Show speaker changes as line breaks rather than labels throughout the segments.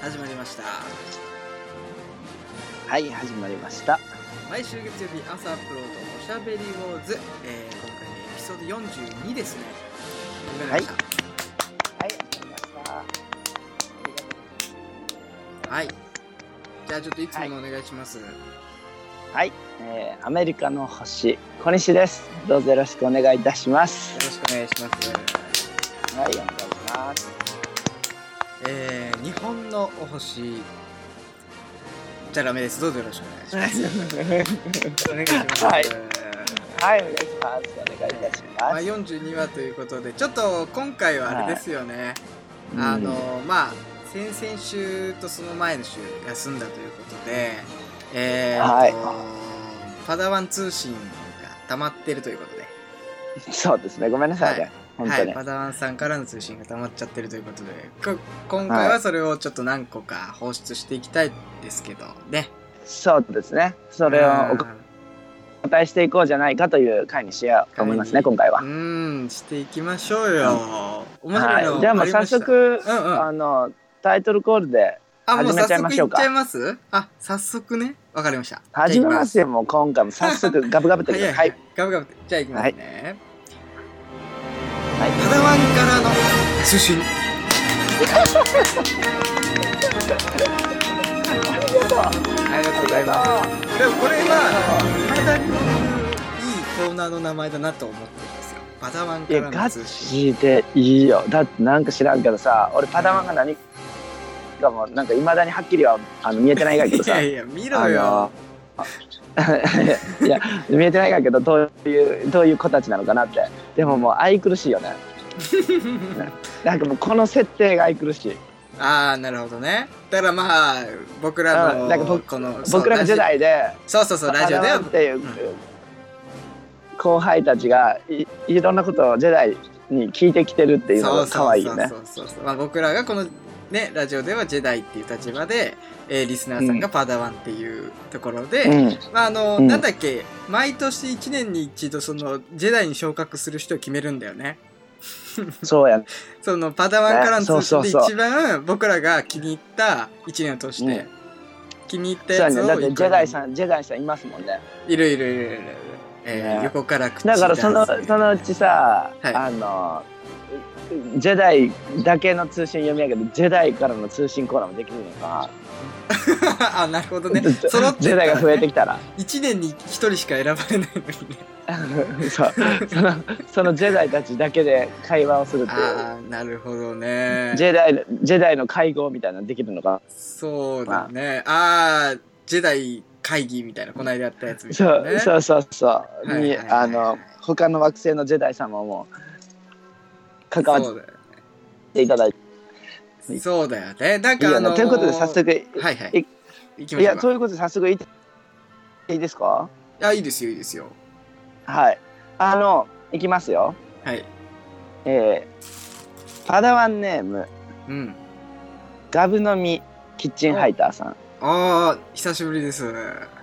始まりました
はい、始まりました。
毎週月曜日朝アップロードおしゃべりウォーズ、えー、今回でエピソード42ですね始まりまし
はい、始まりました。
たはい、じゃあちょっといつものお願いします、
はい、えーアメリカの星、小西です。どうぞよろしくお願いいたします
よ。ろしくお願いします
はい、お願いします。
えー、日本のお星じゃあダメですどうぞよろしくお願いします お願いします、
はいはい、お願いします。お願いいたし
まあ、
ます。
42話ということでちょっと今回はあれですよね、あのまあ先々週とその前の週休んだということで、えー
はい
とパダワン通信が溜まってるということで、
うんそうですね、ごめんなさいね。本
は
当
い、
に。
パダワンさんからの通信が溜まっちゃってるということでこ今回はそれをちょっと何個か放出していきたいですけどね
そうですね。そ
そ
れをお答えしていこうじゃないかという回にしようと思いますね、
回
今回は
う。んしていきましょうよ、面白いの
はい、じゃあもう
りま
早
した
速、
うんうん
あのタイトルコールで
あ、もう
始め
早
ちゃいま
速
し
い
ょ
っ
う
ち
か
ゃいますあ、早速ね。わかりました。
始めます
よ。
よ。もう今回も早速ガブガブっ
は
て
い
く
は
だ
い
さ。
はいい。ガブガブって。じゃあ行きますね。
はい
パダワンからの通信。ありがとうございます。でもこれは、かなりいいコーナーの名前だなと思ってるんですよ。パダワン
い
か
や
らの
ガ
通信。
チでいいよだってなんか知らんけどさ俺パダマンが何かもなんかいまだにはっきりはあの見えてないがやけ ど
い
さ
やいや、見ろ
あ
よ
の。あ いや見えてないがやけどどういうどういう子たちなのかなってでももう愛くるしい よねなんかもうこの設定が愛くるしい
ああ、なるほどね。だからまあ、僕ら
う
の、
んなんか僕
この、
僕らが
そう
時代で
そうそうそう、ラジオで
パダ
は
マンっていう、後輩たちがいいろんなことをジェダイに聞いてきてるっていうのが可愛いよね
そうそうそうそうまあ、僕らがこの、ね、ラジオではジェダイっていう立場で、えーリスナーさんがパダワンっていうところで、
うん
まああの
うん
なんだっけ毎年1年に一度そのジェダイに昇格する人を決めるんだよね。
そ うや
そのパダワンからの通信で
ねそうそうそう
一番僕らが気に入った1年を通して、
うん
気に入った
そうや
やつ
ね
を
だってジェダイさ
ん
んジェダイさんいますもんね
いるいるいるいる、えー
ね
横から口
だからその
出す
そのうちさ、
はい
あのジェダイだけの通信読み上げてジェダイからの通信コーナーもできるのか
あなるほど
な、
ね揃って
ジェダイが増えてきたら
1年に1人しか選ばれないのにね
そうそのそのジェダイたちだけで会話をするっていう。
ああなるほどね
ジェダイジェダイの会合みたいなのできるのか、
そうだねああージェダイ会議みたいなこの間やったやつみたい
そ
な、
う
ね、
そうそうそう、
はいはい
に
はい
あの他の惑星のジェダイ様も関わっ
そうだよ
ていただいて
ねそうだよねなん
いい
か
よ
あ
ね
のー
ということで早速
はいはい行きま
い
しょう
や、
か
そういうことで早速いいいですか
いやいいですよいいですよ
はい。あの、いきますよ。
はい
えー、パダワンネーム、
うん
ガブの実キッチンハイターさん。
ああ久しぶりです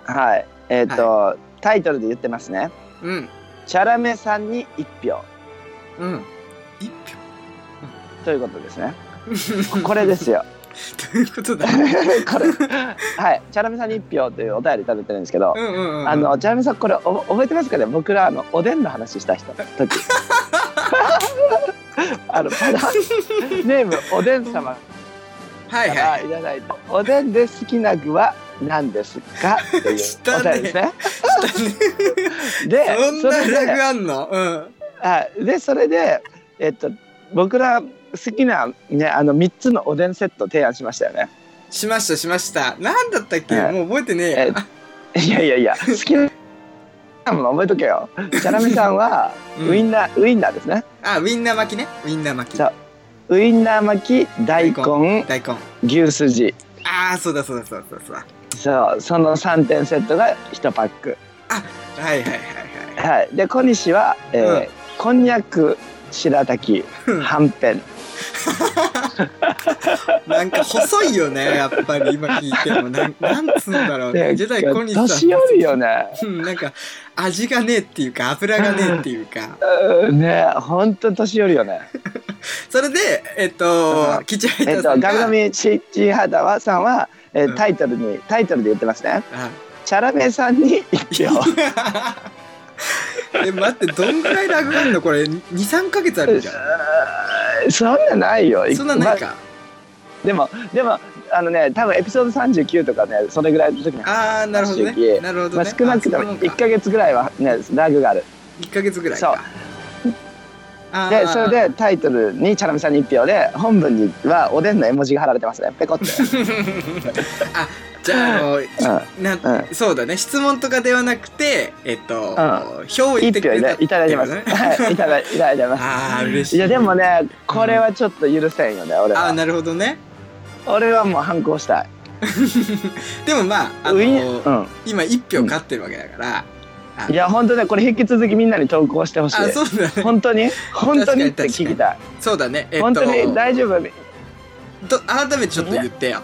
はい。えっ、と、タイトルで言ってますね。
うん
チャラメさんに一票
うん一
というこ とですね。
票
これですよ。
ということだ
これ。はい。チャラメさんに一票というお便り食べてるんですけど
う、んうんうん
あの、チャラメさん、これお覚えてますかね僕ら、あの、おでんの話した人、時。 あの、パダワンネーム、おでん様
はい
から
はい
いただいたおでんで好きな具は何ですかっていうお便り
したね
ですね。
そ
で、
ん
そ
な
れ
ラグ
で、
あんのうん
はいで、それで、えっと、僕ら好きなね、あの三つのおでんセット提案しましたよね。
しましたしましたなんだったっけ
はい
もう覚えてねえ
え
や
いやいやいや、好きな。もの覚えとけよ。チャラメさんは
うん
ウインナー、ウインナーですね。
あ、ウィンナー巻きね。ウィンナー巻き。
そうウインナー巻き、大根、
大根。
牛すじ。
ああ、そうだそうだそうだそうだ。
そう、その三点セットが一パック。
はいはいはい
はい、で、小西は、えー
うん
こんにゃく、白滝、
は
はんぺん
い。なんか細い よね、やっぱり今聞いても。なんなんつうんだろうね。
ね
ジェダイ小西さん。
年寄りよね。
うん、なんか味がねえっていうか、油がねえっていうか。
うんね、本当年寄りよね。
それで、えっと、吉ハイタ
えっ
ー
と、
さ
ガ
んが、
ミガミチチハダワさんは、えー
うん
タイトルに、タイトルで言ってますね。
あ
チャラメさんに一票。
え、待って、どんぐらいラグあんのこれ、2、3ヶ月あるじゃん。
そんなないよ。
そんなんない
ま
か。
でも、でも、あのね、多分エピソード三十九とかね、それぐらいの時に。
あー、なるほど
正直
ね。なるほど
まあ、
ね。
少なくとも一ヶ月ぐらいはね、ラグがある。
1ヶ月ぐらい
そう
か。あー
で、それでタイトルにチャラメさんに一票で、本文にはおでんの絵文字が貼られてますね。ペコ って。
あじゃああのいな、
う
そうだね質問とかではなくてえっと、票を言っ
一
てく
票
れたっ
ね
て
いただい てます。
ことね
はい、いただいただいてま す。
ああ嬉しい
いやでもねこれはちょっと許せんよね、俺
ああ
は
なるほどね
俺はもう反抗したい
でもまああの
ウィンうん
今一票勝ってるわけだから、あ
いや本当ねこれ引き続きみんなに投稿してほしい
あそうだね
本当に本当にって
確か
聞
に
きたい、
そうだねえっと
本当に大丈夫、うん、
と改めてちょっと言ってよ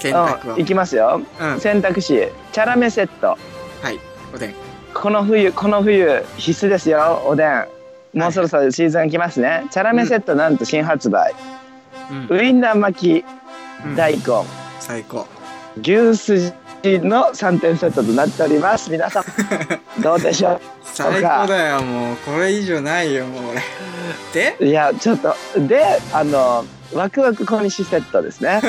選択を、う
いきますよ
ん、
選択肢チャラメセット
はいおでん
この冬この冬必須ですよおでんもうそろそろシーズン来ますね、チャラメセットなんと新発売、
うん
ウインナー巻
う
き
ん
大根、
最高
牛すじの3点セットとなっております皆さ んどうでしょう
最高だよもうこれ以上ないよもう俺で
いやちょっとであのワクワク小西セットですね、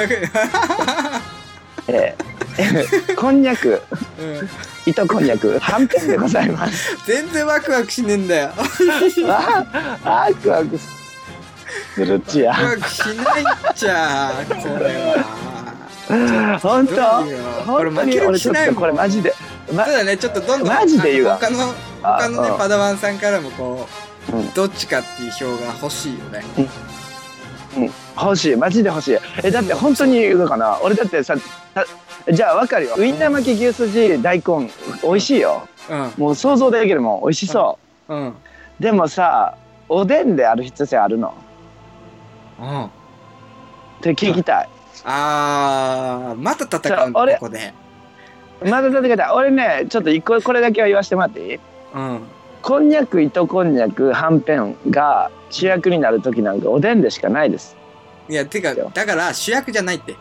えーこんにゃく
うん
糸こんにゃくはんぺんでございます
全然ワクワクしねえんだよ。
わあワクワクするち や
ワクワクしないっちゃ、これは。
本
どう
当
よこれ
本当
負
に
ける
俺
気
ち
し
ょっ
ない
と
もん。
これ
そう
マジで、ま、
だね、ちょっとどんどん。
マジで言うわ
あの他の、
あ
他のね
う、ん
パダワンさんからもこう、
うん
どっちかっていう票が欲しいよね。
欲しいマジで欲しいえだって本当に言うのかな俺だってさたじゃあわかるよウインナー巻き牛すじ大根美味しいよ
う
もう想像できるもん美味しそ
ん。うん。
うでもさおでんである必要性あるの
うん。
って聞きたい
あー、また戦うん
じゃああ
だ、
れ
ここで。
まだ戦いたい俺ねちょっと一個これだけは言わせてもらっていい
うん。
こんにゃく糸こんにゃくはんぺんが主役になる時なんかおでんでしかないです
いや、てか、だから主役じゃない って。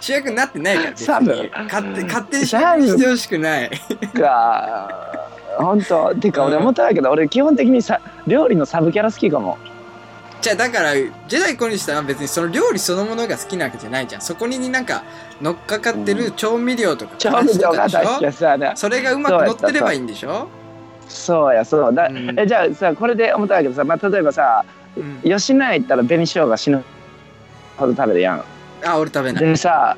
主役になってないから、別
サブ
に。勝手勝手に主役にしてほしくない。
か本当てか俺思ったんだけど俺基本的にさ料理のサブキャラ好きかも
じゃあだから、ジェダイコにしたら別にその料理そのものが好きなわけじゃないじゃん。そこになんか乗っかかってる調味料とか
調味料が
話とか
確
でし
かさね
ょそれがうまく乗ってればいいんでしょ
そうやそうだ、
うん
えじゃあさこれで思ったんだけどさ、まあ、例えばさ
うん
吉野家行ったら紅生姜死ぬほど食べるやん
あ、俺食べない。
でさ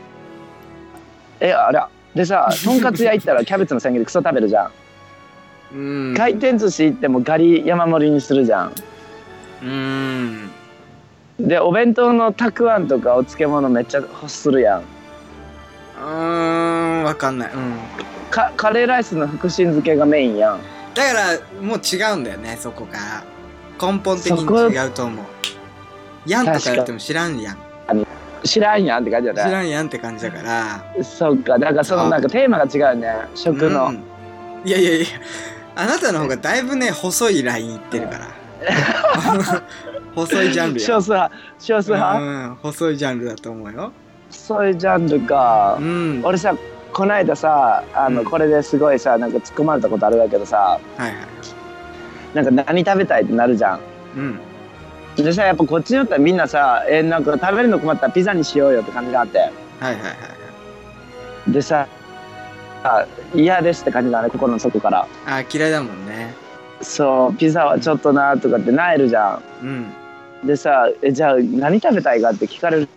えあらでさとんかつ屋行ったらキャベツの千切りクソ食べるじゃん
うん。
回転寿司行ってもガリ山盛りにするじゃん
うん。
でお弁当のたくあんとかお漬物めっちゃ欲するやん
うーん、わかんない。うん。
かカレーライスの福神漬けがメインやん
だから、もう違うんだよね、そこから。根本的
そこ
に違うと思う。やんとか言っても知らんやん。
知らんやんって感じ
知
だね
らんやんって感じだから。
そっかだからそのなんかテーマが違うね食の、
うんいやいやいや、あなたの方がだいぶね、細いラインいってるから。細いジャ ンルや
少。数派少数派、
うん、細いジャンルだと思うよ。
そういうジャンルか
う、ん。はい
俺さこないださあの、
うん
これですごいさなんか突っ込まれたことあるんだけどさ
はい。
なんか何食べたいってなるじゃん
うん。
でさやっぱこっちによったらみんなさえなんか食べるの困ったらピザにしようよって感じがあって
はいはいはい。
でさあ嫌ですって感じだね心の底から
あー、嫌いだもんね。
そうピザはちょっとなとかってなえるじゃ
うん。
んでさえじゃあ何食べたいかって聞かれる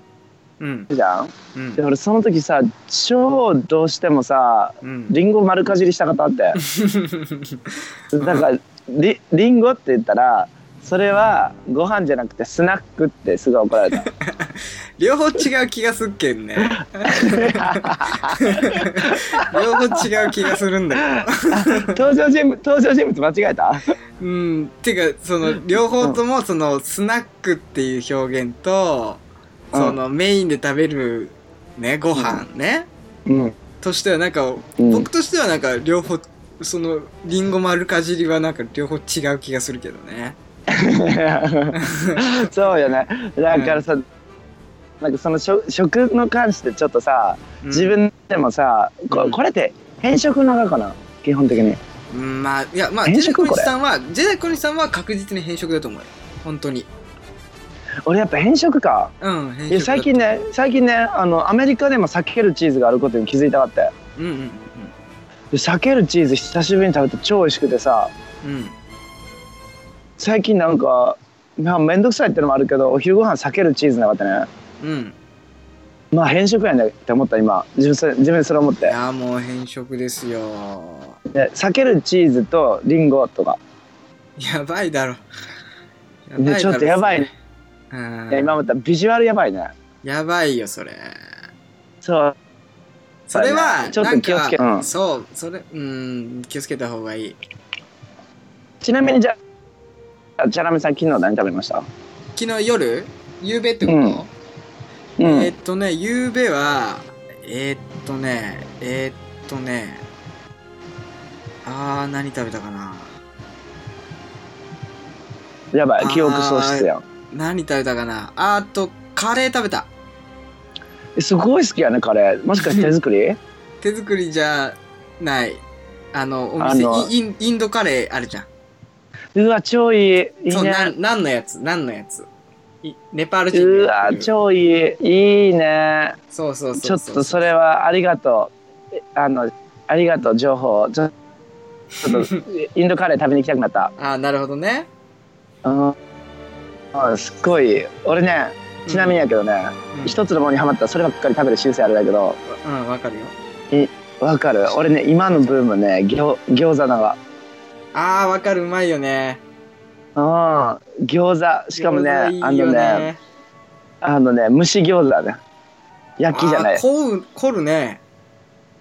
うん。
じゃん
うん
で。俺その時さ超どうしてもさ
うん。
リンゴ丸かじりしたかったってだからりりんごって言ったらそれはご飯じゃなくてスナックってすごい怒られた
両方違う気がすっけん ね。両方違う気がするんだけ
登場人物登場人物間違えた
ど。うん。てか、その、両方とも、その、スナックっていう表現と、
うん
その、メインで食べる、ね、ご飯ね。
うん
としてはなんか、
うん
僕としてはなんか両方そのリンゴ丸かじりはなんか両方違う気がするけどね
そうよねだからさ、なんかその食食の関してちょっとさ
うん
自分でもさ、ここれって偏食の中かな基本的に
うんまあいやまあジェ
変
ダ
色
コニさんはジェダコニさんは確実に変色だと思うよ本当に
俺やっぱ偏食か
うん変
いや
色だ
最近ね最近ねあのアメリカでも避けるチーズがあることに気づいたかって
うんうん
で避けるチーズ久しぶりに食べて超美味しくてさ
うんうん
最近なんかまあ面倒くさいってのもあるけどお昼ご飯避けるチーズなかったね
うん
まあ偏食やねって思った今自分それ自分それ思っ
い
て
やもう変色ですよ
で避けるチーズとリンゴとか
やばいだろやばいだ
で
ろ
ちょっとやばいね
それうん
いや今思ったらビジュアルやばいね
やばいよそれ
そう
それは
ちょっ
なん
と
か
気をつけうん
そうそれうん気をつけた方がいい
ちなみにじゃあチャラメさん昨日何食べました
昨日夜夕べってこと、
うんうん、
えーっとね、夕べは、えーっとね、えーっとね、あー、何食べたかな。
やばい記憶喪失やん
何食べたかな。あーっと、カレー食べた。
えすごい好きやねカレーもしかして手作り
手作りじゃない。あの、お
あ
店、
の
インインインドカレーあるじゃん。
うわ超いいいい
そう、
ね
なん、なんのやつ、なんのやつ。いネパール人
う
でやっ
わ
てる
超いいいいね
そうそう
ち
そ
ょ
う
っ
そう。
とそれはありがとうえあのありがとう情報をちょちょっと インドカレー食べに行きたくなった
あー、なるほどね。
うんあすっごい俺ねちなみにやけどね、
うん、
一つのものにはまったらそればっかり食べる習性あるんだけど
うん、うんわかるよ。
わかる俺ね今のブームね餃餃子なの
あー、わかる、うまいよね。
うん餃子しかもね
餃子いい
あ
よ
のね。あのね蒸し餃子ね焼きじゃな
あ
い
ー凝る凝るね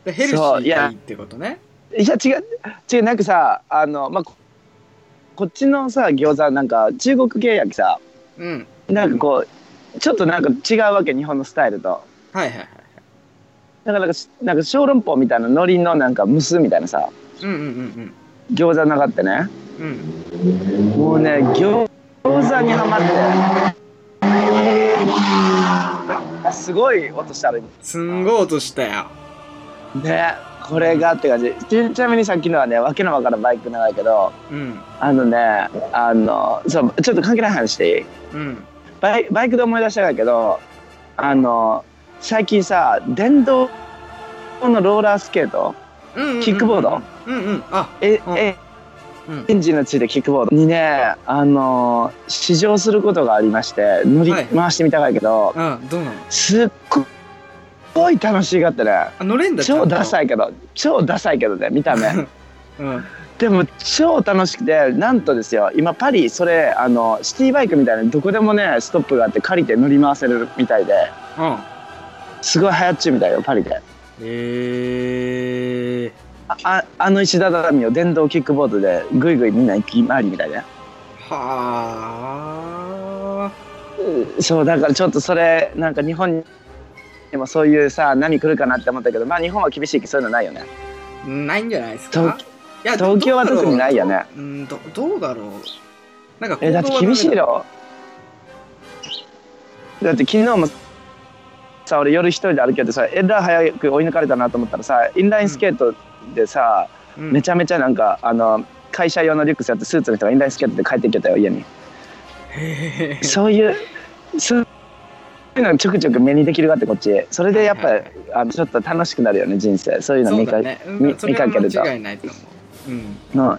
でヘルシ
そうい
ーが
や
いいってことね
いや違う違うなんかさあのまあここっちのさ餃子なんか中国系やきさ
うん
なんかこうちょっとなんか違うわけ日本のスタイルと
はいはいはい
だからなんかしなんか小籠包みたいな海苔のなんか蒸すみたいなさ
うんうん
餃子なかったね
うんうんうん
もうね餃餃子にはまってあすごい音したる
すんごい音したよ
ねこれがって感じちちなみにさっきのはねわけのわからんバイクなんだけど
うん
あのねあのそうちょっと関係ない話していい
うん
バイバイクで思い出したんだけどあの最近さ電動のローラースケート
うんうん
キックボード
うんうんあ
え、
うん
え
うん
エンジンのついたキックボードにねあの試乗することがありまして乗り
はい
回してみたかいけど、
あどうなの
すっごい楽しかったね
あ乗れんだ
超ダ
い
サいけど超ダサいけどね見た目
うん
でも超楽しくてなんとですよ今パリそれあのシティバイクみたいなどこでもねストップがあって借りて乗り回せるみたいで
うん
すごい流行っちゅうみたいよパリで
えー、
あああの石畳を電動キックボードでぐいぐいみんな行き回りみたいな
はあ
うんそうだからちょっとそれなんか日本でもそういうさ波来るかなって思ったけどまあ日本は厳しいけどそういうのないよね
ないんじゃないですか
東
いや
東京は特にないよね
どうだろううんどどうだろうなんか
えだって厳しいろだって昨日もさ俺夜一人で歩けてさえらい早く追い抜かれたなと思ったらさインラインスケートでさ、め
ゃ
ちゃめちゃなんかあの会社用のリュックスやってスーツの人がインラインスケートで帰ってきてたよ家に
へー
そういうそういうのがちょくちょく目にできるがってこっちそれでやっぱ、
はいはい
あのちょっと楽しくなるよね人 生そういうの
そう
見か
だ
け
ねうん
見
それは
見かけると
間違いないと思ううん
うん、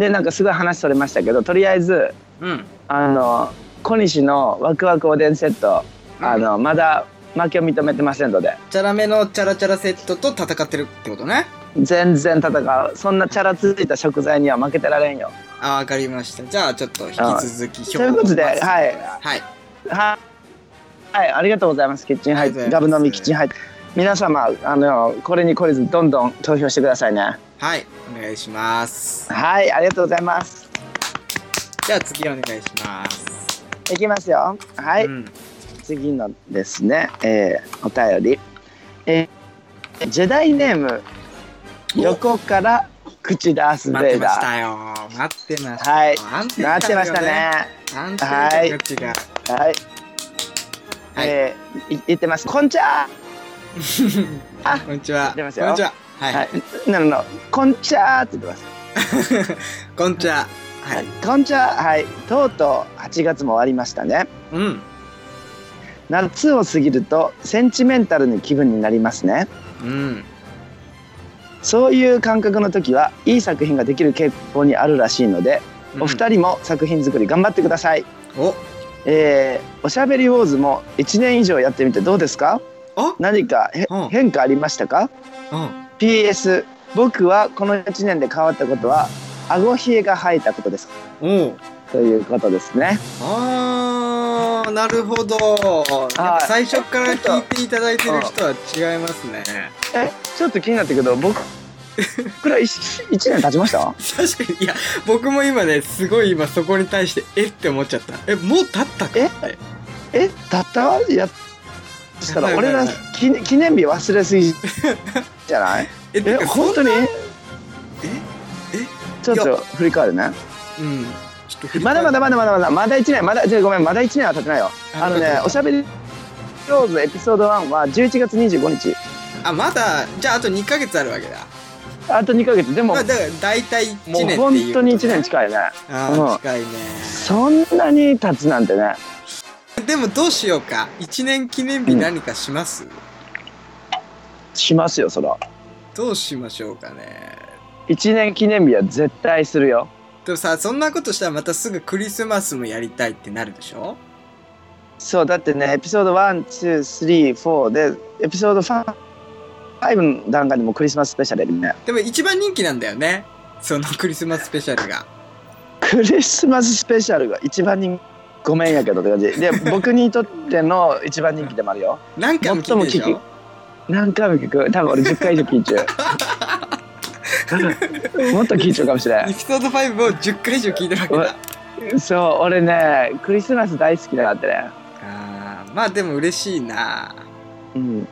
でなんかすごい話それましたけどとりあえず
うん
あの小西のワクワクおでんセットあの、まだ負けを認めてませんので
チャラめのチャラチャラセットと戦ってるってことね
全然戦うそんなチャラついた食材には負けてられんよ
あわかりましたじゃあちょっと引き続き
ということではい
いはい
はいはいありがとうございますキッチンハイ
ありが
ガ
とう
ブ
ございます
飲みキッチンハイ皆様あのこれに懲りずどんどん投票してくださいね
はいお願いします
はいありがとうございます
じゃあ次お願いします
いきますよはい、
うん
次のですね、えーお便り、えージェダイネーム横から口ダース・
待っ
ベ
て
イ
まし
ダー。
たよ。待ってました。
はい
安定
なってましたね。
感よ。安定感が違う。
はい。
はい
えーい言ってます。こんちゃあ
こんにちは。
出ます
こ
よ
んにちは。
ー。
は。
はいい。なのの、こんちゃーって言ってます。
こんにちは。はい。。
こんちゃー。はい。とうとう8月も終わりましたね。
うん。
夏を過ぎるとセンチメンタルな気分になりますね。
うん。
そういう感覚の時はいい作品ができる傾向にあるらしいので、お二人も作品作り頑張ってください。
人。お、
えーおしゃべりウォーズも1年以上やってみてどうですか
あ、
何かへ
うん
変化ありましたか
うん。
PS 僕はこの1年で変わったことは顎ひげが生えたことです
おう。
ということですね
あー、なるほど。
はい
最初から聞いていただいてる人は違いますね。
えちょっと気になったけど僕僕ら 1, 年経ちました
確かに、いや、僕も今ね、すごい今そこに対して、えって思っちゃった。え、もう経ったか
え
って
えたったいやそしたら
やばい
俺
やば
ら
い
記記念日忘れすぎじゃない
え、て
え
か
本当にちょっ
いや
と振り返るね
うん。ちょっと振り
ま
返
だまだまだまだまだまだ1年まだじゃあごめんまだ1年は経ってないよ
あ
あの
そう
ね
か
おしゃべり上手エピソード1は11月25日
あ、まだ、じゃああと2ヶ月あるわけだ。
あと2ヶ月でも
まあ、だから大体1
も
年って
う
いう。
本当に1年
い。
近いね
あ
う
ー
ん
近いね。
そんなに経つなんてね
でもどうしようか。1年記念日何かします、
しますよそら
どうしましょうかね。
1年記念日は絶対するよ
でもさ、そんなことしたらまたすぐクリスマスもやりたいってなるでしょ
そうだってねエピソード123でエピソード5の段階でもうクリスマススペシャルやるね
でも一番人気なんだよね。そのクリスマススペシャルが。
クリスマススペシャルが一番人ごめんやけどって感じで僕にとっての一番人気でもあるよ
何回も聞いてるでし
最も
ょ
何回も聞く多分俺10回以上聞いちゃうもっと聞いちゃうかもしれ
エピソード5を10回以上聞いてるわけ
う
だ
わ。んそう俺ねクリスマス大好きだなってね
あーまあでも嬉しいな。
うん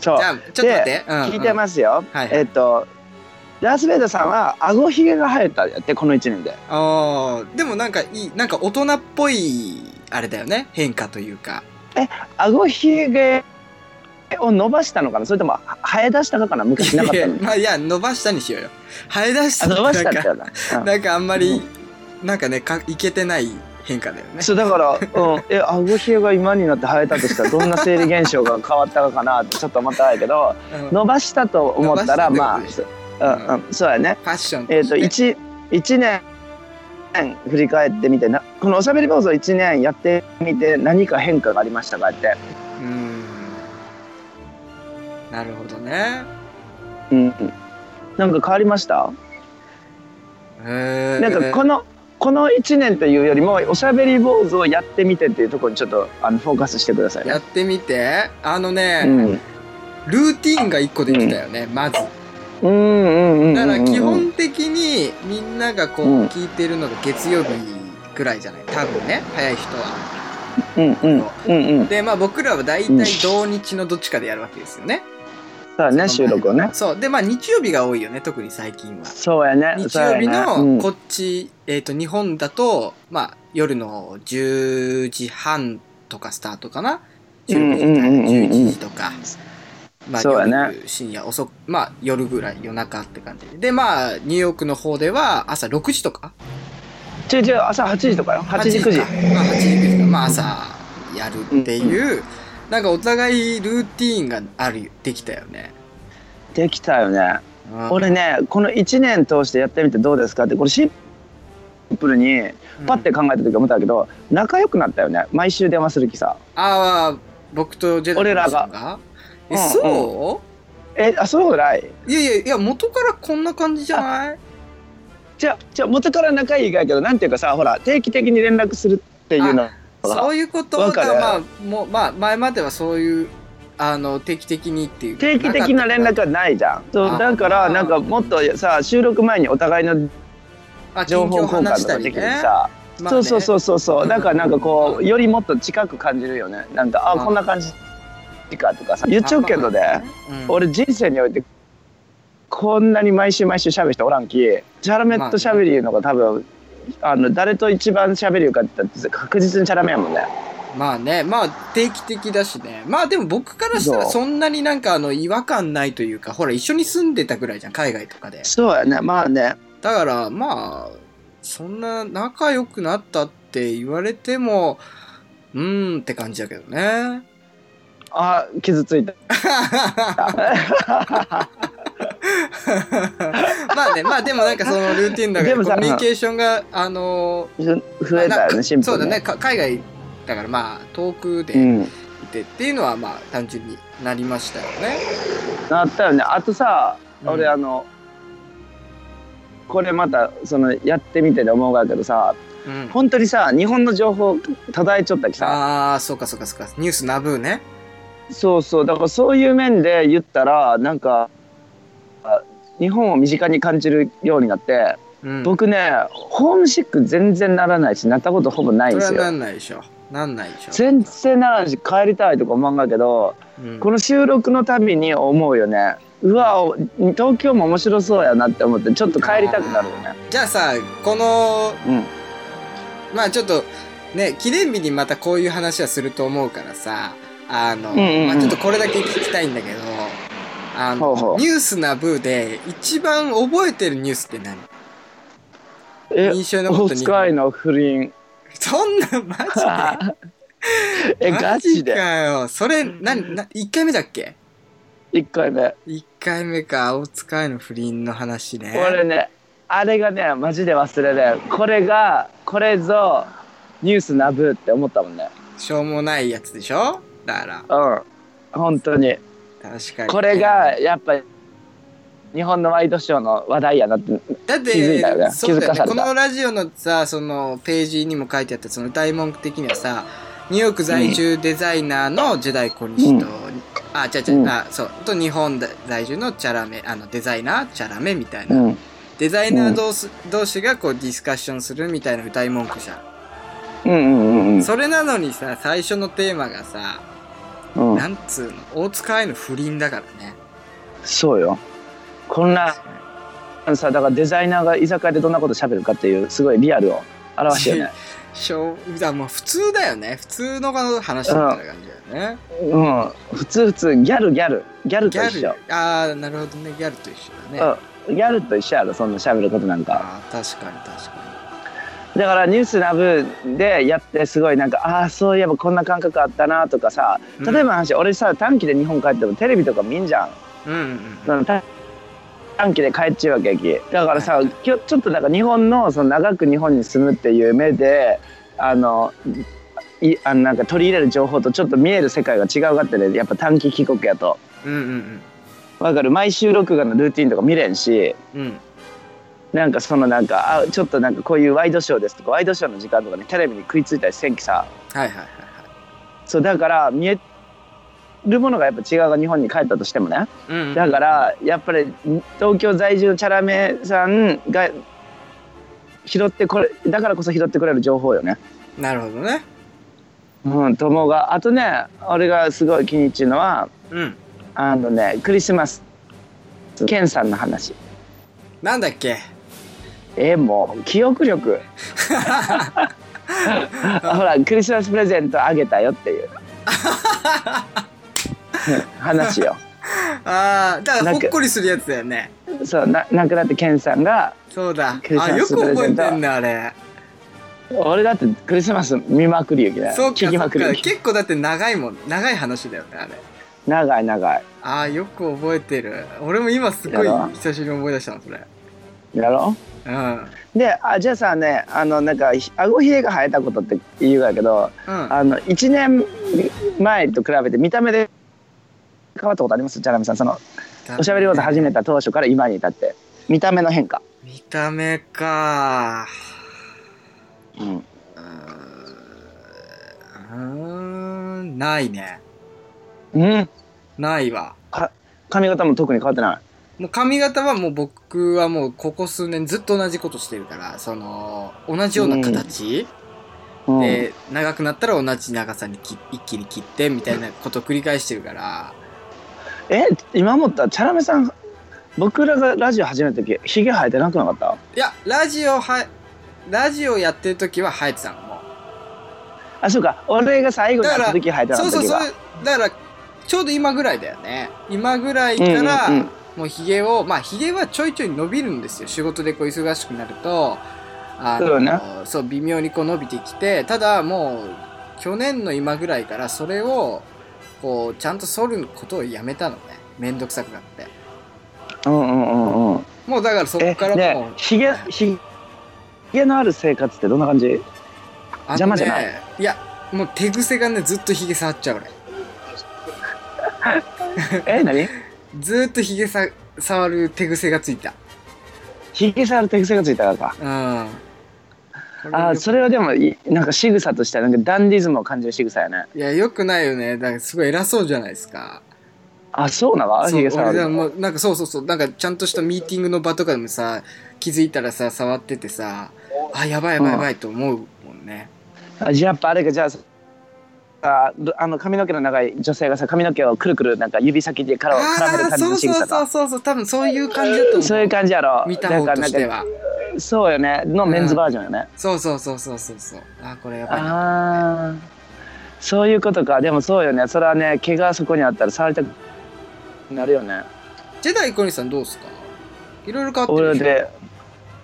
そう
じゃあ、ちょっと待って。うんうん
聞いてますよ、
はい
えっとダース・ベイダーさんは顎ひげが生えたんやってこの1年で
ああ、でもなんかいい、なんか大人っぽい、あれだよね。変化というか。
顎ひげを伸ばしたのかなそれともは生え出したのかな昔なかった の
いやまあいや、伸ばしたにしようよ。生え出し
あ
た
伸ばしたん
なん
だ
か、
よな、う ん
なんかあんまり、なんかね、かいけてない変化だよね。
そうだから、うん、え顎ひげが今になって生えたとしたらどんな生理現象が変わったのかなってちょっと思ったんやけど
うん
伸ばしたと思ったら
伸
ま
ば
あ
したって
うんうん、そうやね
ファッション
えっ、
し
と
て
1一年振り返ってみてなこのおしゃべり坊主を1年やってみて何か変化がありましたかって、
うーん。なるほどね。
うん、なんか変わりました、
へー
なんかこのこの1年というよりもおしゃべり坊主をやってみてっていうところにちょっとあのフォーカスしてください
や
ね、
ってみて。あの
う
ね、
ん、うん
ルーティンが一個できたよね、まず。
うんうんうんうん
だから基本的にみんながこう
うん
聞いてるのが月曜日ぐらいじゃない多分ね早い人は。
うんうんうんうん
でまあ僕らは大
うん
体同日のどっちかでやるわけですよね。
そうやね収録をね
そうでまあ日曜日が多いよね特に最近は。
そうやね
日
そう
曜日
やね
の
う
こっち、えっ、と日本だとまあ夜の10時半とかスタートかな10時
うんうんうんうんうん
11時とか。まあ、
そうやね
夜深夜遅く、まあ夜ぐらい夜中って感じで。で、まあニューヨークの方では朝6時とか
ん、ちょいちょい朝8時とかよ8時9時
かまあ8時9時かまあ朝やるっていう、なんかお互いルーティーンがあるできたよね、
できたよね
うん
俺ねこの1年通してやってみてどうですかってこれシンプルにパッて考えた時思ったけど、仲良くなったよね毎週電話する気さ
ああ僕とジェダイ
俺らが
さんがえ、
うん
そ
えあそういうことない
うん、いやいやいや元からこんな感じじゃない
じゃあじゃあ元から仲いいがやけどなんていうかさほら定期的に連絡するっていうの
そ
が
ういうこと
わ
だ
かる
まあもうまあ前まではそういうあの定期的にっていう
定期的な連絡はないじゃんそう
あ
だからなんかもっとさ収録前にお互いの
あ近
情報
況
交換
話し
と
た
か
り
で
ね
きるさ、
まあ
そ
ね
うそうそうそうそうだからなんかこ
う
うんよりもっと近く感じるよねなんか
う
あ
ん
こんな感じかとかさ言っちゃうけどね
うん
俺人生においてこんなに毎週毎週喋る人おらんきチャラメット喋りいうのが多分、あの誰と一番喋るかって言ったら確実にチャラメやもんね
まあね、まあ定期的だしね。まあでも僕からしたら
そう
そんなになんかあの違和感ないというか、ほら一緒に住んでたぐらいじゃん、海外とかで。
そうやねまあね
だからまあ、そんな仲良くなったって言われても、うーんって感じだけどね。
あ傷ついた
まあね、まあでもなんかそのルーティンだか
で
らコ
も
ミ
さ
ュニケーションが、あの
増え
な
た
ん
よ
か
ねシンプ
そう
ル
だ
に
ね、か海外だからまあ遠くで、
うん
ってっていうのはまあ単純になりましたよね。
なったよねあとさ
うん
俺あの、これまたそのやってみてで思うがやけどさ
うん、
本当にさ日本の情報漂っちゃったきさ
ああそうかそうかそうかニュースナブーね。
そうそうだからそういう面で言ったらなんかあ日本を身近に感じるようになって
うん、
僕ねホームシック全然ならないしなったことほぼないん
そ
で
れはな
すよ
んないでしょ。なんないでしょ。
全然ならないし帰りたいとか思わんがけど
うん
この収録のたびに思うよねうわお東京も面白そうやなって思ってちょっと帰りたくなるよね
じゃあさこの
うん
まあちょっとね記念日にまたこういう話はすると思うからさあの、
んうん
まあ、ちょっとこれだけ聞きたいんだけどあの
ほうほう
ニュースナブーで一番覚えてるニュースって何
え
印象に残っ
大
たニュ
塚愛
ー
の不倫
ス そんなマジで
えガチ
マ
で
かよそれ何な1回目だっけ
1回目
1回目か青塚への不倫の話ね
俺ねあれがねマジで忘れれんこれがこれぞニュースナブーって思ったもんね
しょうもないやつでしょだから
うん本当に
確かに
これがやっぱ日本のワイドショーの話題やなって
だって
気づいたよね
そうだよ
気づかさ
ねこ
れた
のラジオのさそのページにも書いてあったその大文句的にはさニューヨーク在住デザイナーのジェダイ小西と、
う
あ違う違う、
うん
あそうと日本在住のチャラメあのデザイナーチャラメみたいな、
うん
デザイナー同士,、同士がこうディスカッションするみたいな歌い文句じゃん、
うんうんうん
それなのにさ最初のテーマがさ、
うんうん
なんつうの大塚愛の不倫だからね
そうよこんなさだからデザイナーが居酒屋でどんなこと喋るかっていうすごいリアルを表してるね
しょうだもう普通だよね普通の話みたいな感じだよね、
うん普通普通ギャルギャルギャル
ギ
と一
ャ
緒
ルああなるほどねギャルと一緒だね、あ
うんギャルと一緒やろそんな喋ることなんか
あ確かに確か
だから「ニュースラブでやってすごいなんかああそういえばこんな感覚あったなとかさ
うん
例えばの話、俺さ短期で日本帰ってもテレビとか見んじゃん
にうんうん
そのた短期で帰っちゃうわけやきだからさ
はい
きょちょっとなんか日本のその長く日本に住むっていう目であのいあのなんか取り入れる情報とちょっと見える世界が違うがってねやっぱ短期帰国やと
うんうん
わかる毎週録画のルーティンとか見れんし
うんうん
なんかそのなんかあちょっとなんかこういうワイドショーですとかワイドショーの時間とかにテレビに食いついたりせんきさ
はいはいはいはい
そうだから見えるものがやっぱ違うが日本に帰ったとしてもね
うんうん
だからやっぱり東京在住のチャラメさんが拾ってこれだからこそ拾ってくれる情報よね。
なるほどね
うん、と思うがあとね俺がすごい気に入ってるのは
うん
あのねクリスマスケンさんの話
なんだっけ
えーもう記 憶力ほらクリスマスプレゼントあげたよっていう 話よ
ああだから
な
ほ
ん
っ
か
こりするやつだよね
そうな亡くなってケンさんが
そうだ
クリスマ
あ
ス
よく
プレ
覚
ゼ
え
ント
てんなあれ
俺だってクリスマス見まくりよきね
そうか
聞き
そ
ま
う
くり
か
よき
結構だって長いもん長い話だよねあれ
長い長い
ああよく覚えてる俺も今すごい
やろ
久しぶりに思い出したのそれ
やろ
うんうん
であじゃあさねあのなんかひ顎ひげが生えたことって言うがやけどあの1年前と比べて見た目で変わったことありますジャラミさんそのおしゃべり講座始めた当初から今に至って見た目の変化、
見た目か
うん、
うーんないね
うん
ないわ
髪型も特に変わってない
もう髪型はもう僕はもうここ数年ずっと同じことしてるからその同じような形、
うん
で長くなったら同じ長さにき一気に切ってみたいなことを繰り返してるから
え今思ったチャラメさん僕らがラジオ始めた時ひげ生えてなくなかった
いやラジオはラジオやってる時は生えてたのもう
あそうか俺が最後に会った時生えてな
そ
かっ
うそ
た
う
時
そ
は
うだからちょうど今ぐらいだよね今ぐらいから、
うんうんうん
もうひげをまあひげはちょいちょい伸びるんですよ仕事でこう忙しくなるとあ
そうね
そう微妙にこう伸びてきてただもう去年の今ぐらいからそれをこうちゃんと剃ることをやめたのねめんどくさくなって
うんうんうんうん
もうだからそこ
え
からも
ね
う
ひげひげのある生活ってどんな感 じ
あのね
邪魔じゃない
いやもう手癖がねずっとひげ触っちゃう俺
え何
ずーっとひげさ触る手癖がついた
ひげ触る手癖がついたからか
うん
あーそれはでもいなんか仕草としてはなんかダンディズムを感じる仕草やね
いや、よくないよね。だから、すごい偉そうじゃないですか。
あそうなの
そう
ひげ触
俺ら
る
も、なんかそうそうそう、なんかちゃんとしたミーティングの場とかでもさ、気づいたらさ、触っててさ、あ、やばいやばいやばいと思うもんね。
あやっぱあれかじゃあさあどあの髪の毛の長い女性がさ髪の毛をくるくるなんか指先でから
あ
絡める
あー、
感じ
そ
の
う
仕
そう
草
そ
か
うそうそう、多分そういう感じだと思う。
そういう感じやろ
見た方として
なん
は。
かなんかそうよねのメンズバージョンよね、
そうそうそうそうそうそう。あー、これやばいな。
ああそういうことかでもそうよねそれはね毛がそこにあったら触りたくなるよね
ジェダイコニさんどうっすかいろいろ変わってるで
俺
しょ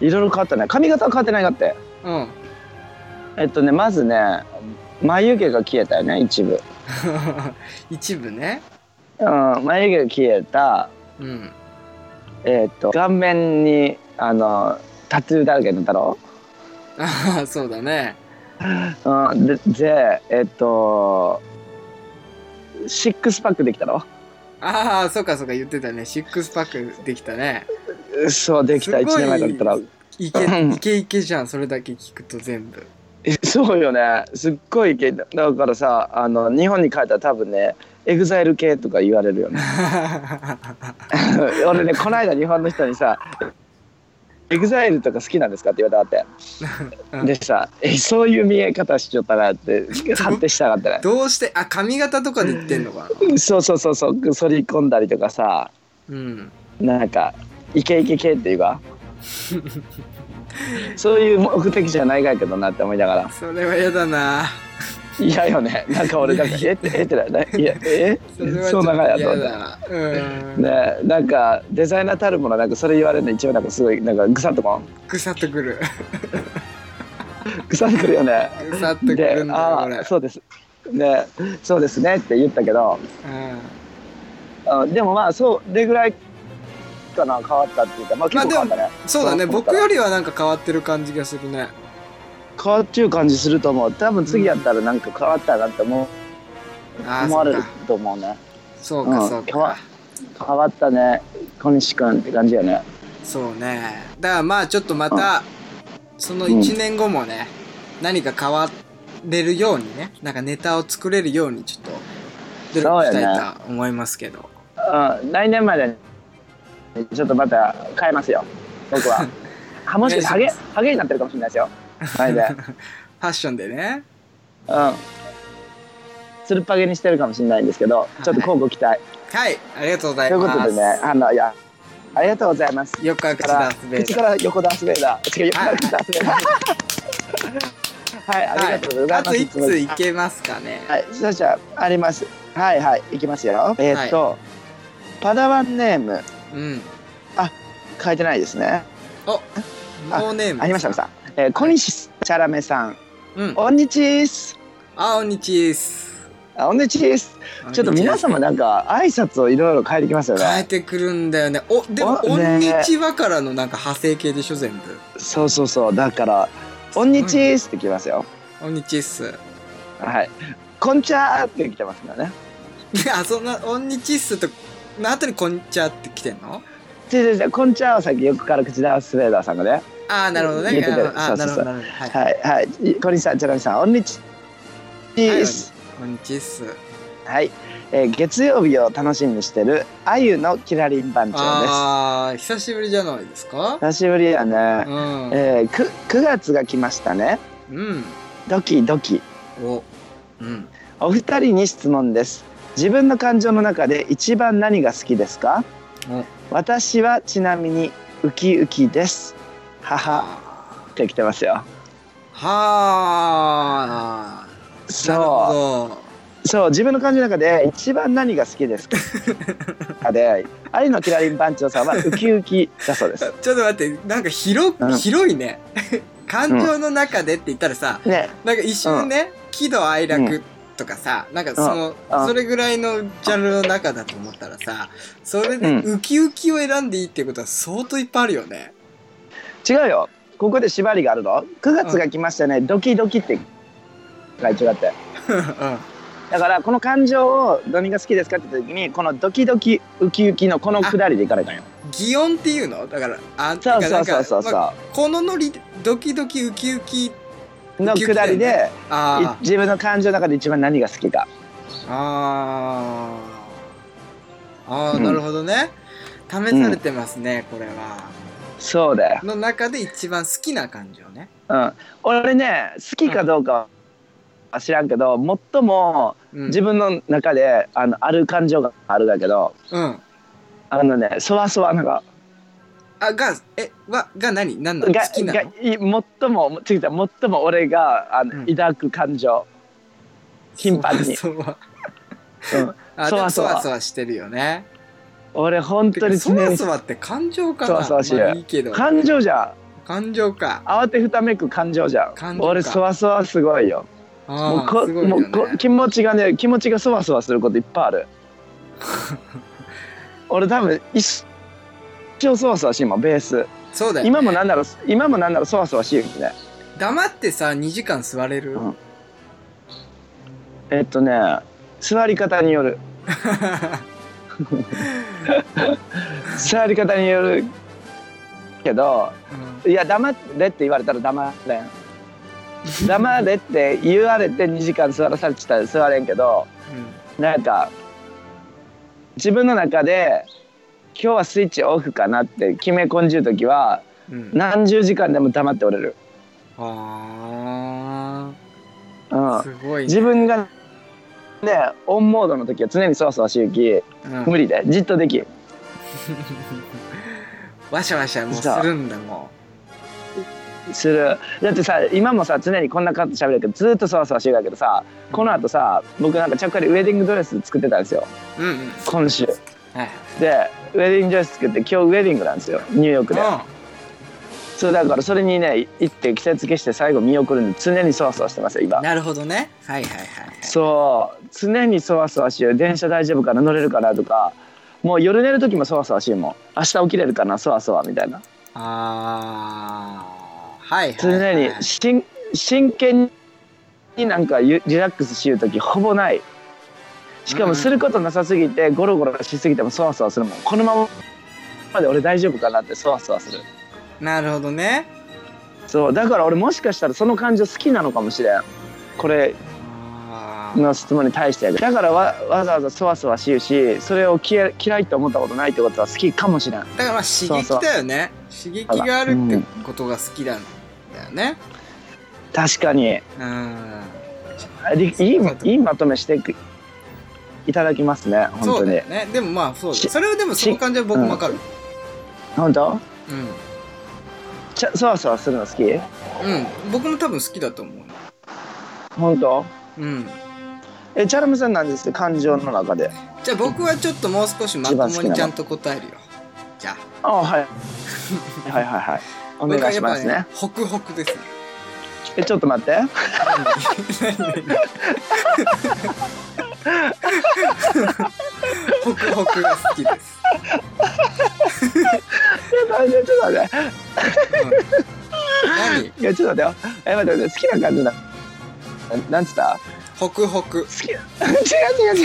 でいろいろ変わったね髪型は変わってないかって
うん。
えっとねまずね眉毛が消えたよね一部、
一部ね。
うん、眉毛が消えた
うん。
えっと顔面にあのタトゥーだらけになったろ、
ああ、そうだね。
うん、ででえっとシックスパックできたろ
ああ、そうかそうか言ってたね。シックスパックできたね。
そうできた
す
1
ごい
年前だったら
いけいけいけじゃんそれだけ聞くと全部
え そうよねすっごい系だだからさあの日本に帰ったら多分ねエグザイル系とか言われるよね 俺ねこの間日本の人にさ「エグザイルとか好きなんですか?」って言われたって、
うん
でさえそういう見え方しちゃったなって判定したかったね
どうしてあ髪型とかで言ってんのかな
そうそうそうそう反り込んだりとかさ
うん
なんかイケイケ系ってい うかそういう目的じゃないがやけどなって思いながら
それは嫌だな
嫌よねなんか俺なんか「えっ?」て「えっ?」てないやえ
それはち
そ
ょ
う
っ
長
と
いや
嫌
と思って
だなうん
ねなんかデザイナーたるものなんかそれ言われるの一応なんかすごいなんかぐさっとこん
ぐさっとくる
ぐさっとくるよね
ぐさっとくる
で
んだよ
あ
これ
あそうですねそうですねって言ったけど
うん
あでもまあそうでぐらいかな変わったっていうかまあ結構変わったね、
そうだね
そう思っ
僕
たら
よりはなんか変わってる感じがするね
変わっちゅう感じすると思う多分次やったらなんか変わったなって思,、
ああ
思わ
そ
れ
う
る
か
と思うね
そうか
うん
そう
変わ
か
変わったね小西君って感じよね
そうねだからまあちょっとまたその1年後もね何か変われるようにねなんかネタを作れるようにちょっと努力したいと思いますけど
うん来年までにちょっとまた変えますよ僕 ははもしかしてハゲハゲになってるかもしれないですよ前で。
ファッションでね
うん。つるっぱげにしてるかもしれないんですけど、ちょっと今後期待。
はいありがとうござ
と
い
いうこ
ます
とでね、あの、いや、ありがとうございます。
よくあくちだすべ
口から横ダースベイダー。違う、横
はい
ダースベイダー。はい、ありがとうござい
あ
ます。
といつい
は
けますかね
い、そしたらあります。はいはい、いきますよ。えーっと、パダワンネーム、
うん
書いてないですね。
ノーネーム
ありました、ありました。えー小西チャラメさん、
うん
おんにちーす。
あおにちです
あ、おんにちーす。ちょっと皆様なんか挨拶をいろいろ変えてきますよね。
変えてくるんだよねおでも「
お
お
ね
んにちは」からのなんか派生形でしょ全部
そうそうそうだから「こんにちーす」ってきますよ、
「おんにちっす」
はい「こんちゃー」って来てますからね
い や、そんな、オンニチッスと、の後にこんちゃって来てんの
違う違う違うこんちゃー」はさっきよくから口だスレーダーさんがね
ああ、なるほどね。
言ってたよ
ああ、
そ
な
う
る
そう
ほ
そ
ど、
う
なるほど。はい。はい、
はいはい小西さんちなみさん「こんにちーす
オンニチッス。」
はい、えー月曜日を楽しみにしてるあゆのキラリン番長です
ああ、久しぶりじゃないですか
久しぶりや
う
ね、
ん。
えー、く9月が来ましたね
うん。
ドキドキ
お。うん。
お二人に質問です自分の感情の中で一番何が好きですか
お
私はちなみにウキウキです。母
は
って来てますよ。
あ。なるほ
そ
ど。
う、そう、自分の感じの中で一番何が好きですか。で、愛のキラリン番長さんはウキウキだそうです。
ちょっと待って、なんか広
う
く、
ん
広いね。 感情の中でって言ったらさ、
ね、
なんか一瞬ね、喜怒哀楽とかさ、なんかその、
うん
それぐらいのジャンルの中だと思ったらさ、それで
う
ウキウキを選んでいいってことは相当いっぱいあるよね。
違うよ。ここで縛りがあるの。9月が来ましたね。ドキドキって。が一応だって。
うん。
だから、この感情を何が好きですかって言った時に、このドキドキウキウキのこの下りでいかないかんよ。
擬音っていうのだから、あ、てか
そう
な
そ
ん
うそう
か
そうそう。
まあこのノリ、ドキドキウキウキ、
の下りで、い
あ
自分の感情の中で一番何が好きか。
あ、ああ、ああ、
うん
なるほどね。試されてますね、これは。
そうだよ。
の中で一番好きな感情ね。
うん。俺ね、好きかどうかは知らんけど、最も
うん。
自分の中で、あの、ある感情があるんだけど、
うん。
あのね、そわそわのが、
あ、が、え、は、が何何なの
が、
好きな
が
の
い最も、ちょっと最も俺が、あの、
うん
抱く感情。頻繁に。
そうは。
うん、
あ、
そ
で
わ
もそ
そわ
わそわしてるよね。
俺、本
て
当
か
に
そ
常
わ
に
そわって感情かな
そわそわしてる
まあいいけど。
感情じゃ
感情か
ん。。慌てふためく感情じゃん。
感情か
俺、そわそわすごいよ。も
あ
う
あ、
こ
すごいよ
もうこ
ね。
気持ちがね気持ちがそわそわすることいっぱい ある俺多分一生そわそわしいもんベース
そうだよ。
今もなんだろう今もなんだろうそわそわしいよね
黙ってさ、2時間座れる
うんえっとね座り方による座り方によるけど
うん
いや黙れって言われたら黙れん黙れって言われて2時間座らされてたら座れんけどなんか自分の中で今日はスイッチオフかなって決め込んじる時は
うん。うん。
何十時間でも黙っておれる、
あ
う
あ、
ん、
すごいね。
自分がねオンモードの時は常にそわそわしゆき
うん
無理でじっとできん
わしゃわしゃもうするんだも
するだってさ今もさ常にこんなカット喋るけどずっとそわそわしゆだけどさ
ん。
この後さ僕なんかちゃっかりウェディングドレス作ってたんですよ
うんうん。
今週
はい。
でウェディングドレス作って今日ウェディングなんですよニューヨークで。そうだからそれにね行って着せ付けして最後見送るんで常にそわそわしてますよ
う
今
ん。なるほどね。はいはいはいはい。
そう常にそわそわしよう電車大丈夫かな乗れるかなとかもう夜寝る時もそわそわしいもん明日起きれるかなそわそわみたいな
あーはいはい、は
常
い。
にしん真剣になんかゆリラックスしよう時ほぼないしか
う
も
ん
することなさすぎてゴロゴロしすぎてもそわそわするもんこのままで俺大丈夫かなってそわそわする
なるほどね。
そうだから俺もしかしたらその感情好きなのかもしれんこれ
あー
の質問に対してやでだからわわざわざそわそわしゆしそれをきえ嫌いと思ったことないってことは好きかもしれん
だからまあ刺激だよね。刺激があるってことが好きなんだよね。
確かに
うん。
りいいいいまとめしてくいただきますね本
そ
当
うだ
に
よね。でもまあそうだよ。
し
それはでもその感じは僕もわかる。
本当
うん。
ちゃそわそわするの好き
うん。僕も多分好きだと思う。
本当
うん。
えチャラムさんなんですよ感情の中で
じゃあ僕はちょっともう少しまともにちゃんと答えるよ。じゃあ。
あはい はいはいはいお願いします
僕はや
ね
っぱホクホク ですね。
えちょっと待って
何何何ホクホクが好きです。
ちょっと待ってちょっと待って
何
いやちょっと待ってよえ待って待って好きな感じだななんつった
ホクホク。
好き違う違う違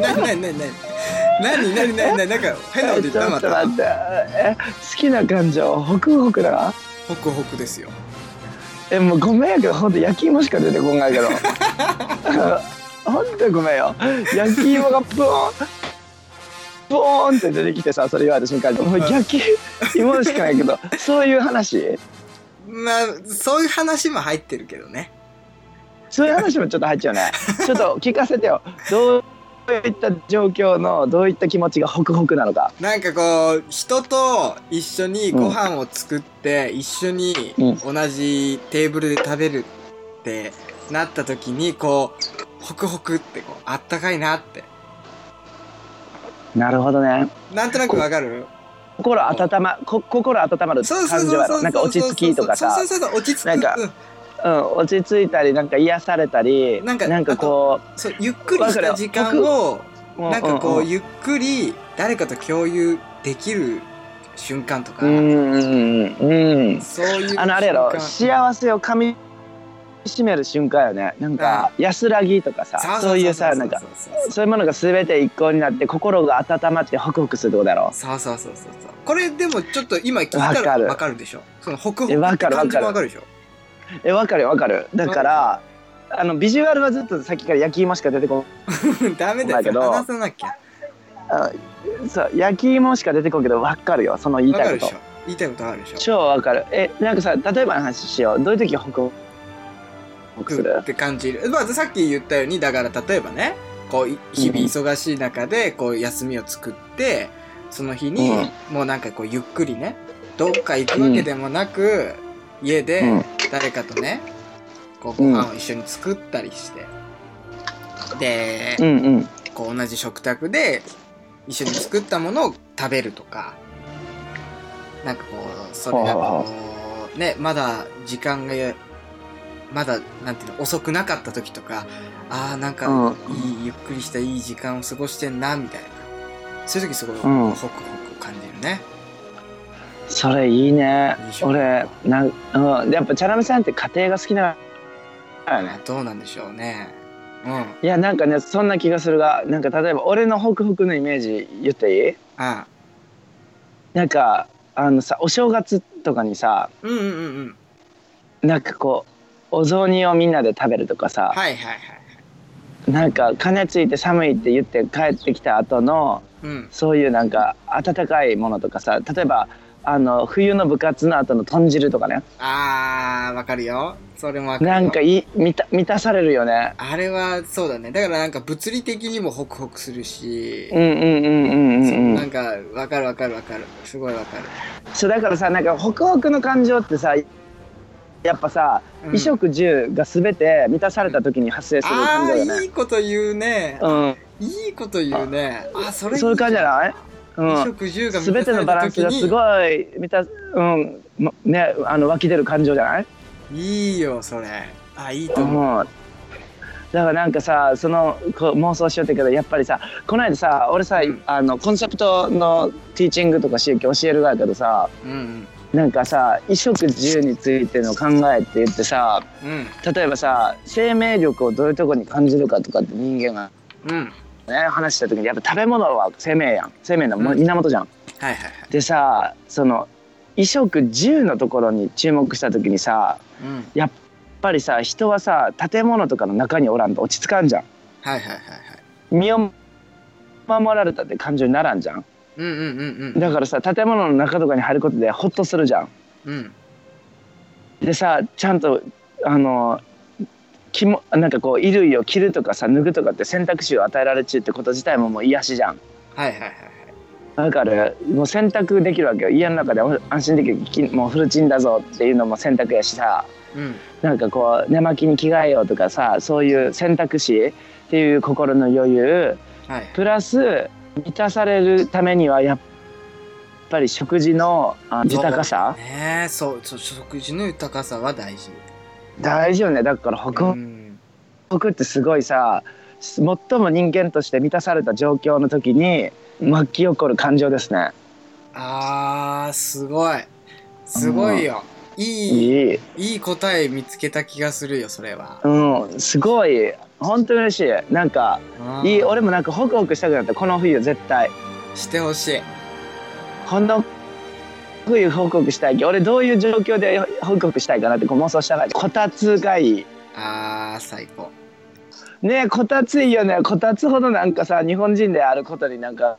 何何何何何何何何なんか変なこと言っ
ちょ
た
っ
ま
と
た
待。ってえ好きな感情ホクホクだな
ホクホクですよ。
えもうごめんやけどほんと焼き芋しか出てこんないけど ほんとごめんよ焼き芋がブーンブーンって出てきてさそれ言われた瞬間にもう焼き芋しかないけどそういう話
まあ、そういう話も入ってるけどね。
そういう話もちょっと入っちゃうねちょっと聞かせてよどうういった状況のどういった気持ちがホクホクなのか
なんかこう人と一緒にご飯を作って、一緒に
うん
同じテーブルで食べるってなった時にこうホクホクってこうあったかいなって
なるほどね
なんとなくわかる
心温まこ心温まる
そうそう
感
そ
情
う
や
そう
ろなんか落ち着きとかさ
そうそうそうそう落ち着く
なんか
うん
うん、落ち着いたりなんか癒されたり
な
なんん
か
かこ
そうゆっくりした時間を
う
なんかこう
い
ゆっくり誰かと共有できる瞬間とか、
うんうんうんうん
そういう
あのあれやろ
瞬間
幸せをかみしめる瞬間よねなんか安らぎとかさそういうさなんかそういうものが全て一向になって心が温まってホクホクするってことやろ
そうそうそうそうそうこれでもちょっと今聞い
わ
た
からる
わかるでしょそのホクホ
え
クっ
わ
て
かる
感じもわ
わ
か
か
るでしょ
えわかるよわかるだからあのビジュアルはずっとさっきから焼き芋しか出てこ
ダメだよ
だけど
話さなきゃ
そう焼き芋しか出てこんけどわかるよその言い
わか
た
る
い
でし
こと
ょ言いたいことあるでしょ
超わかるえなんかさ例えばの話しようどういう時ホクホクする
って感じる、まあ、さっき言ったようにだから例えばねこうい日々忙しい中でこう休みを作ってその日にもうなんかこうゆっくりねどっか行くわけでもなく、家で誰かとねこうご飯を一緒に作ったりして、で
うんうん
こう同じ食卓で一緒に作ったものを食べるとかなんかこうそれが
はあ
こうねまだ時間がまだなんていうの遅くなかった時とかああなん
う
か
ん
いいゆっくりしたいい時間を過ごしてんなみたいなそういう時すごいホ
ん
クホク感じるね
それいいね
いいでしょ
俺なん、うん、やっぱチャラメさんって家庭が好きなのよね
どうなんでしょうねうんあ
いやなんかねそんな気がするがなんか例えば俺のホクホクのイメージ言っていい
あ
なんかあのさお正月とかにさ
うんうんうんうん
なんかこうお雑煮をみんなで食べるとかさ、
はいはいはい
なんか金ついて寒いって言って帰ってきた後の
うん
そういうなんか温かいものとかさ例えばあの冬の部活の後の豚汁とかね
あーわかるよそれもわかるよ
なんかい満た満たされるよね
あれはそうだね。だからなんか物理的にもホクホクするし、
うんうんうんうん
そう
うんう
なん
ん
かわかるわかるわかる。すごいわかる。
そうだからさなんかホクホクの感情ってさやっぱさ
うん
衣食住が全て満たされた時に発生する
あ
感情
あ
よ
ー、
ね
いいこと言うね。
うん
いいこと言うね。あそれ
そういう感じじゃない
衣
うん
食住が満
全
た
て
さ
の
れ
バラ
た
ンス
時
が
に
すごい満たうんまねあの湧き出る感情じゃない
いいよ、それ。あ、いいと思う。
うんだからなんかさそのこう妄想しようって言うけどやっぱりさこの間さ俺さ、
うん
あのコンセプトのティーチングとか教えるがやけどさ
うん
なんかさ衣食住についての考えって言ってさ
うん。うん。
例えばさ生命力をどういうとこに感じるかとかって人間が
うん。
ね話した時にやっぱ食べ物は生命やん生命のも
うん
源じゃん。
はいはいはい。
でさその衣食住のところに注目した時にさ
うん。
やっぱりさ人はさ建物とかの中におらんと落ち着かんじゃん。
はいはいはいはい。
身を守られたって感情にならんじゃん
うんうんうんうん。
だからさ建物の中とかに入ることでホッとするじゃん
うん。
でさちゃんとあのきもなんかこう衣類を着るとかさ脱ぐとかって選択肢を与えられちゅうってこと自体ももう癒しじゃん
はいはいはいはい。
わかるもう選択できるわけよ家の中で安心できるきもうフルチンだぞっていうのも選択やしさ
うん。
なんかこう寝巻きに着替えようとかさそういう選択肢っていう心の余裕
はい。
プラス満たされるためにはやっぱり食事のあ豊かさ
ねえ、そう、そう食事の豊かさは大事。
大事よねだからホク
う
ホ
ん。
クってすごいさ最も人間として満たされた状況の時に巻き起こる感情ですね
あー、すごい。すごいよ。いい、
いい
いい答え見つけた気がするよ、それは。
うんすごい本当に嬉しいなんか
うん
いい俺もなんかホクホクしたくなったこの冬絶対
してほしい。
この冬ホクホクしたい俺どういう状況でホクホクしたいかなってこう妄想したらこたつがいい
あー、最高。
ねえこたついいよねこたつほどなんかさ日本人であることになんか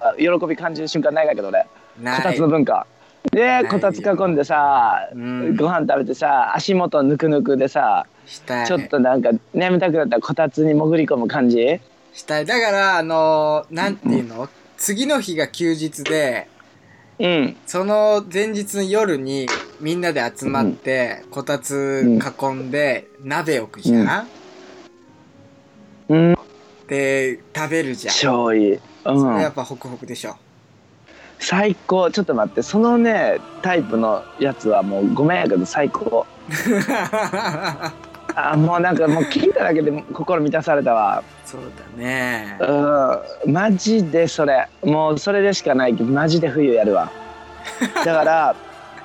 あ喜び感じる瞬間ないんだけど俺
な
こ
い。
たつの文化
い
で
よ
こたつ囲んでさ
うん。
ご飯食べてさ足元ぬくぬくでさ
したい。
ちょっとなんか眠たくなったらこたつに潜り込む感じ
したい。だから、あのーなんていうの、次の日が休日で、
うん
その前日の夜にみんなで集まって、こたつ囲んで鍋置くじゃん、
うん
で、食べるじゃん。
超いい、う
それや
ん
っ、ぱホクホクでしょ。
最高ちょっと待ってそのねタイプのやつはもうごめんやけど最高あもうなんかもう聞いただけで心満たされたわ
そうだね。
うんマジでそれもうそれでしかないけどマジで冬やるわだから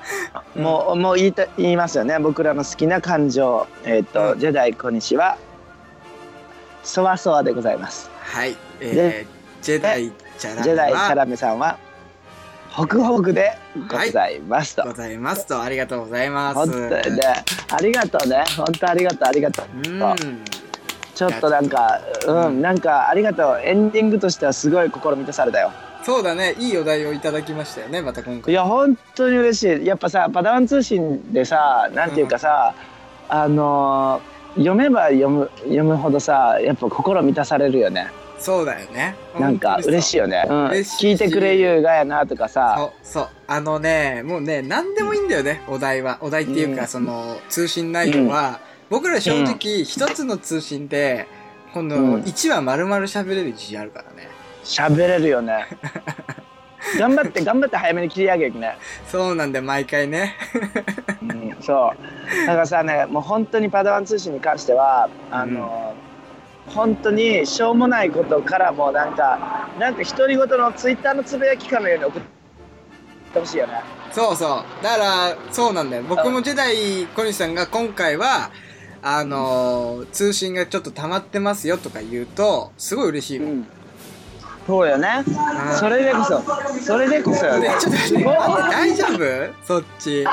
もうもう言いた言いますよね僕らの好きな感情えっ、と、
うん
ジェダイ小西はそわそわでございます
はい。えー、ジェダイチャラメは
ジェダイチャラメさんはホクホクでございますと、
ございますと、ありがとうございます。
本当にねありがとうね本当ありがとうありがとう
うん。
ちょっとなんか
う
うんんなんかありがとうエンディングとしてはすごい心満たされたよ
そうだね。いいお題をいただきましたよね、また今
い
回。
や本当に嬉しいやっぱさパダワン通信でさなんていうかさ、あのー読めば読む読むほどさやっぱ心満たされるよね
そうだよね。
なんか嬉しい
い。
よね、うん、
嬉しい
聞いてくれ優雅やなとか
そ
さ
う、そう。あのね、もうね、何でもいいんだよね、お題は。お題っていうか、
うん
その、通信内容は、僕ら正直、一つの通信で、こ
う
の、
ん
1話丸々喋れる自信あるからね。
喋れるよね頑張って頑張って早めに切り上げるね、
そうなんで、毎回ね。
うん、そうだからさねもう本当にパダワン通信に関してはあのー本当にしょうもないことからもうなんかなんか独り言のツイッターのつぶやきかのように送ってほしいよね
そうそう。だから、そうなんだよ。僕もジェダイ小西さんが今回は、あのー通信がちょっと溜まってますよとか言うと、すごい嬉しいもん。
そうよね
うん
それでこそそれでこそよ
で
ね
ちょっと待って、待って大丈夫そっ ち。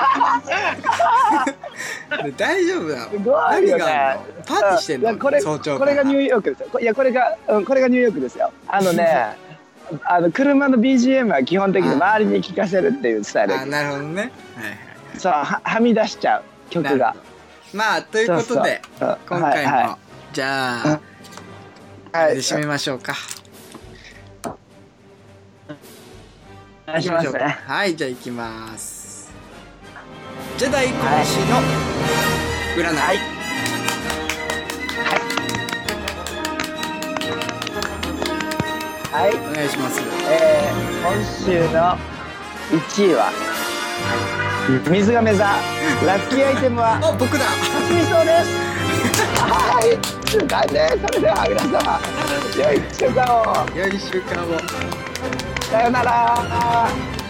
で大丈夫だ
す
よ。
ごい
何
よ
があ
ね
んのパーティーしてん
い
の
やこれ
早朝
これがニューヨークですよこいやこれが、うん、これがニューヨークですよあ のねあの車の BGM は基本的に周りに聴かせるっていうスタイル
あ、なるほどね。はいはい。
そうははみ出しちゃう曲
な
が
るほど。まあ、ということで、
そうそう
今回も、
はいは
じゃ
うん
あ、
い
こ
は
れ
い
で締めましょうか。
お願いしますね
はい、じゃあ行きます。ジェダイ小西の占い。
はいはい
お願いします。
えー今週の1位は水亀座ラッキーアイテムは
あ、僕だ
すみそうです。はい、週間です。それでは皆様、良い週間を。
良い週間を。
さようなら。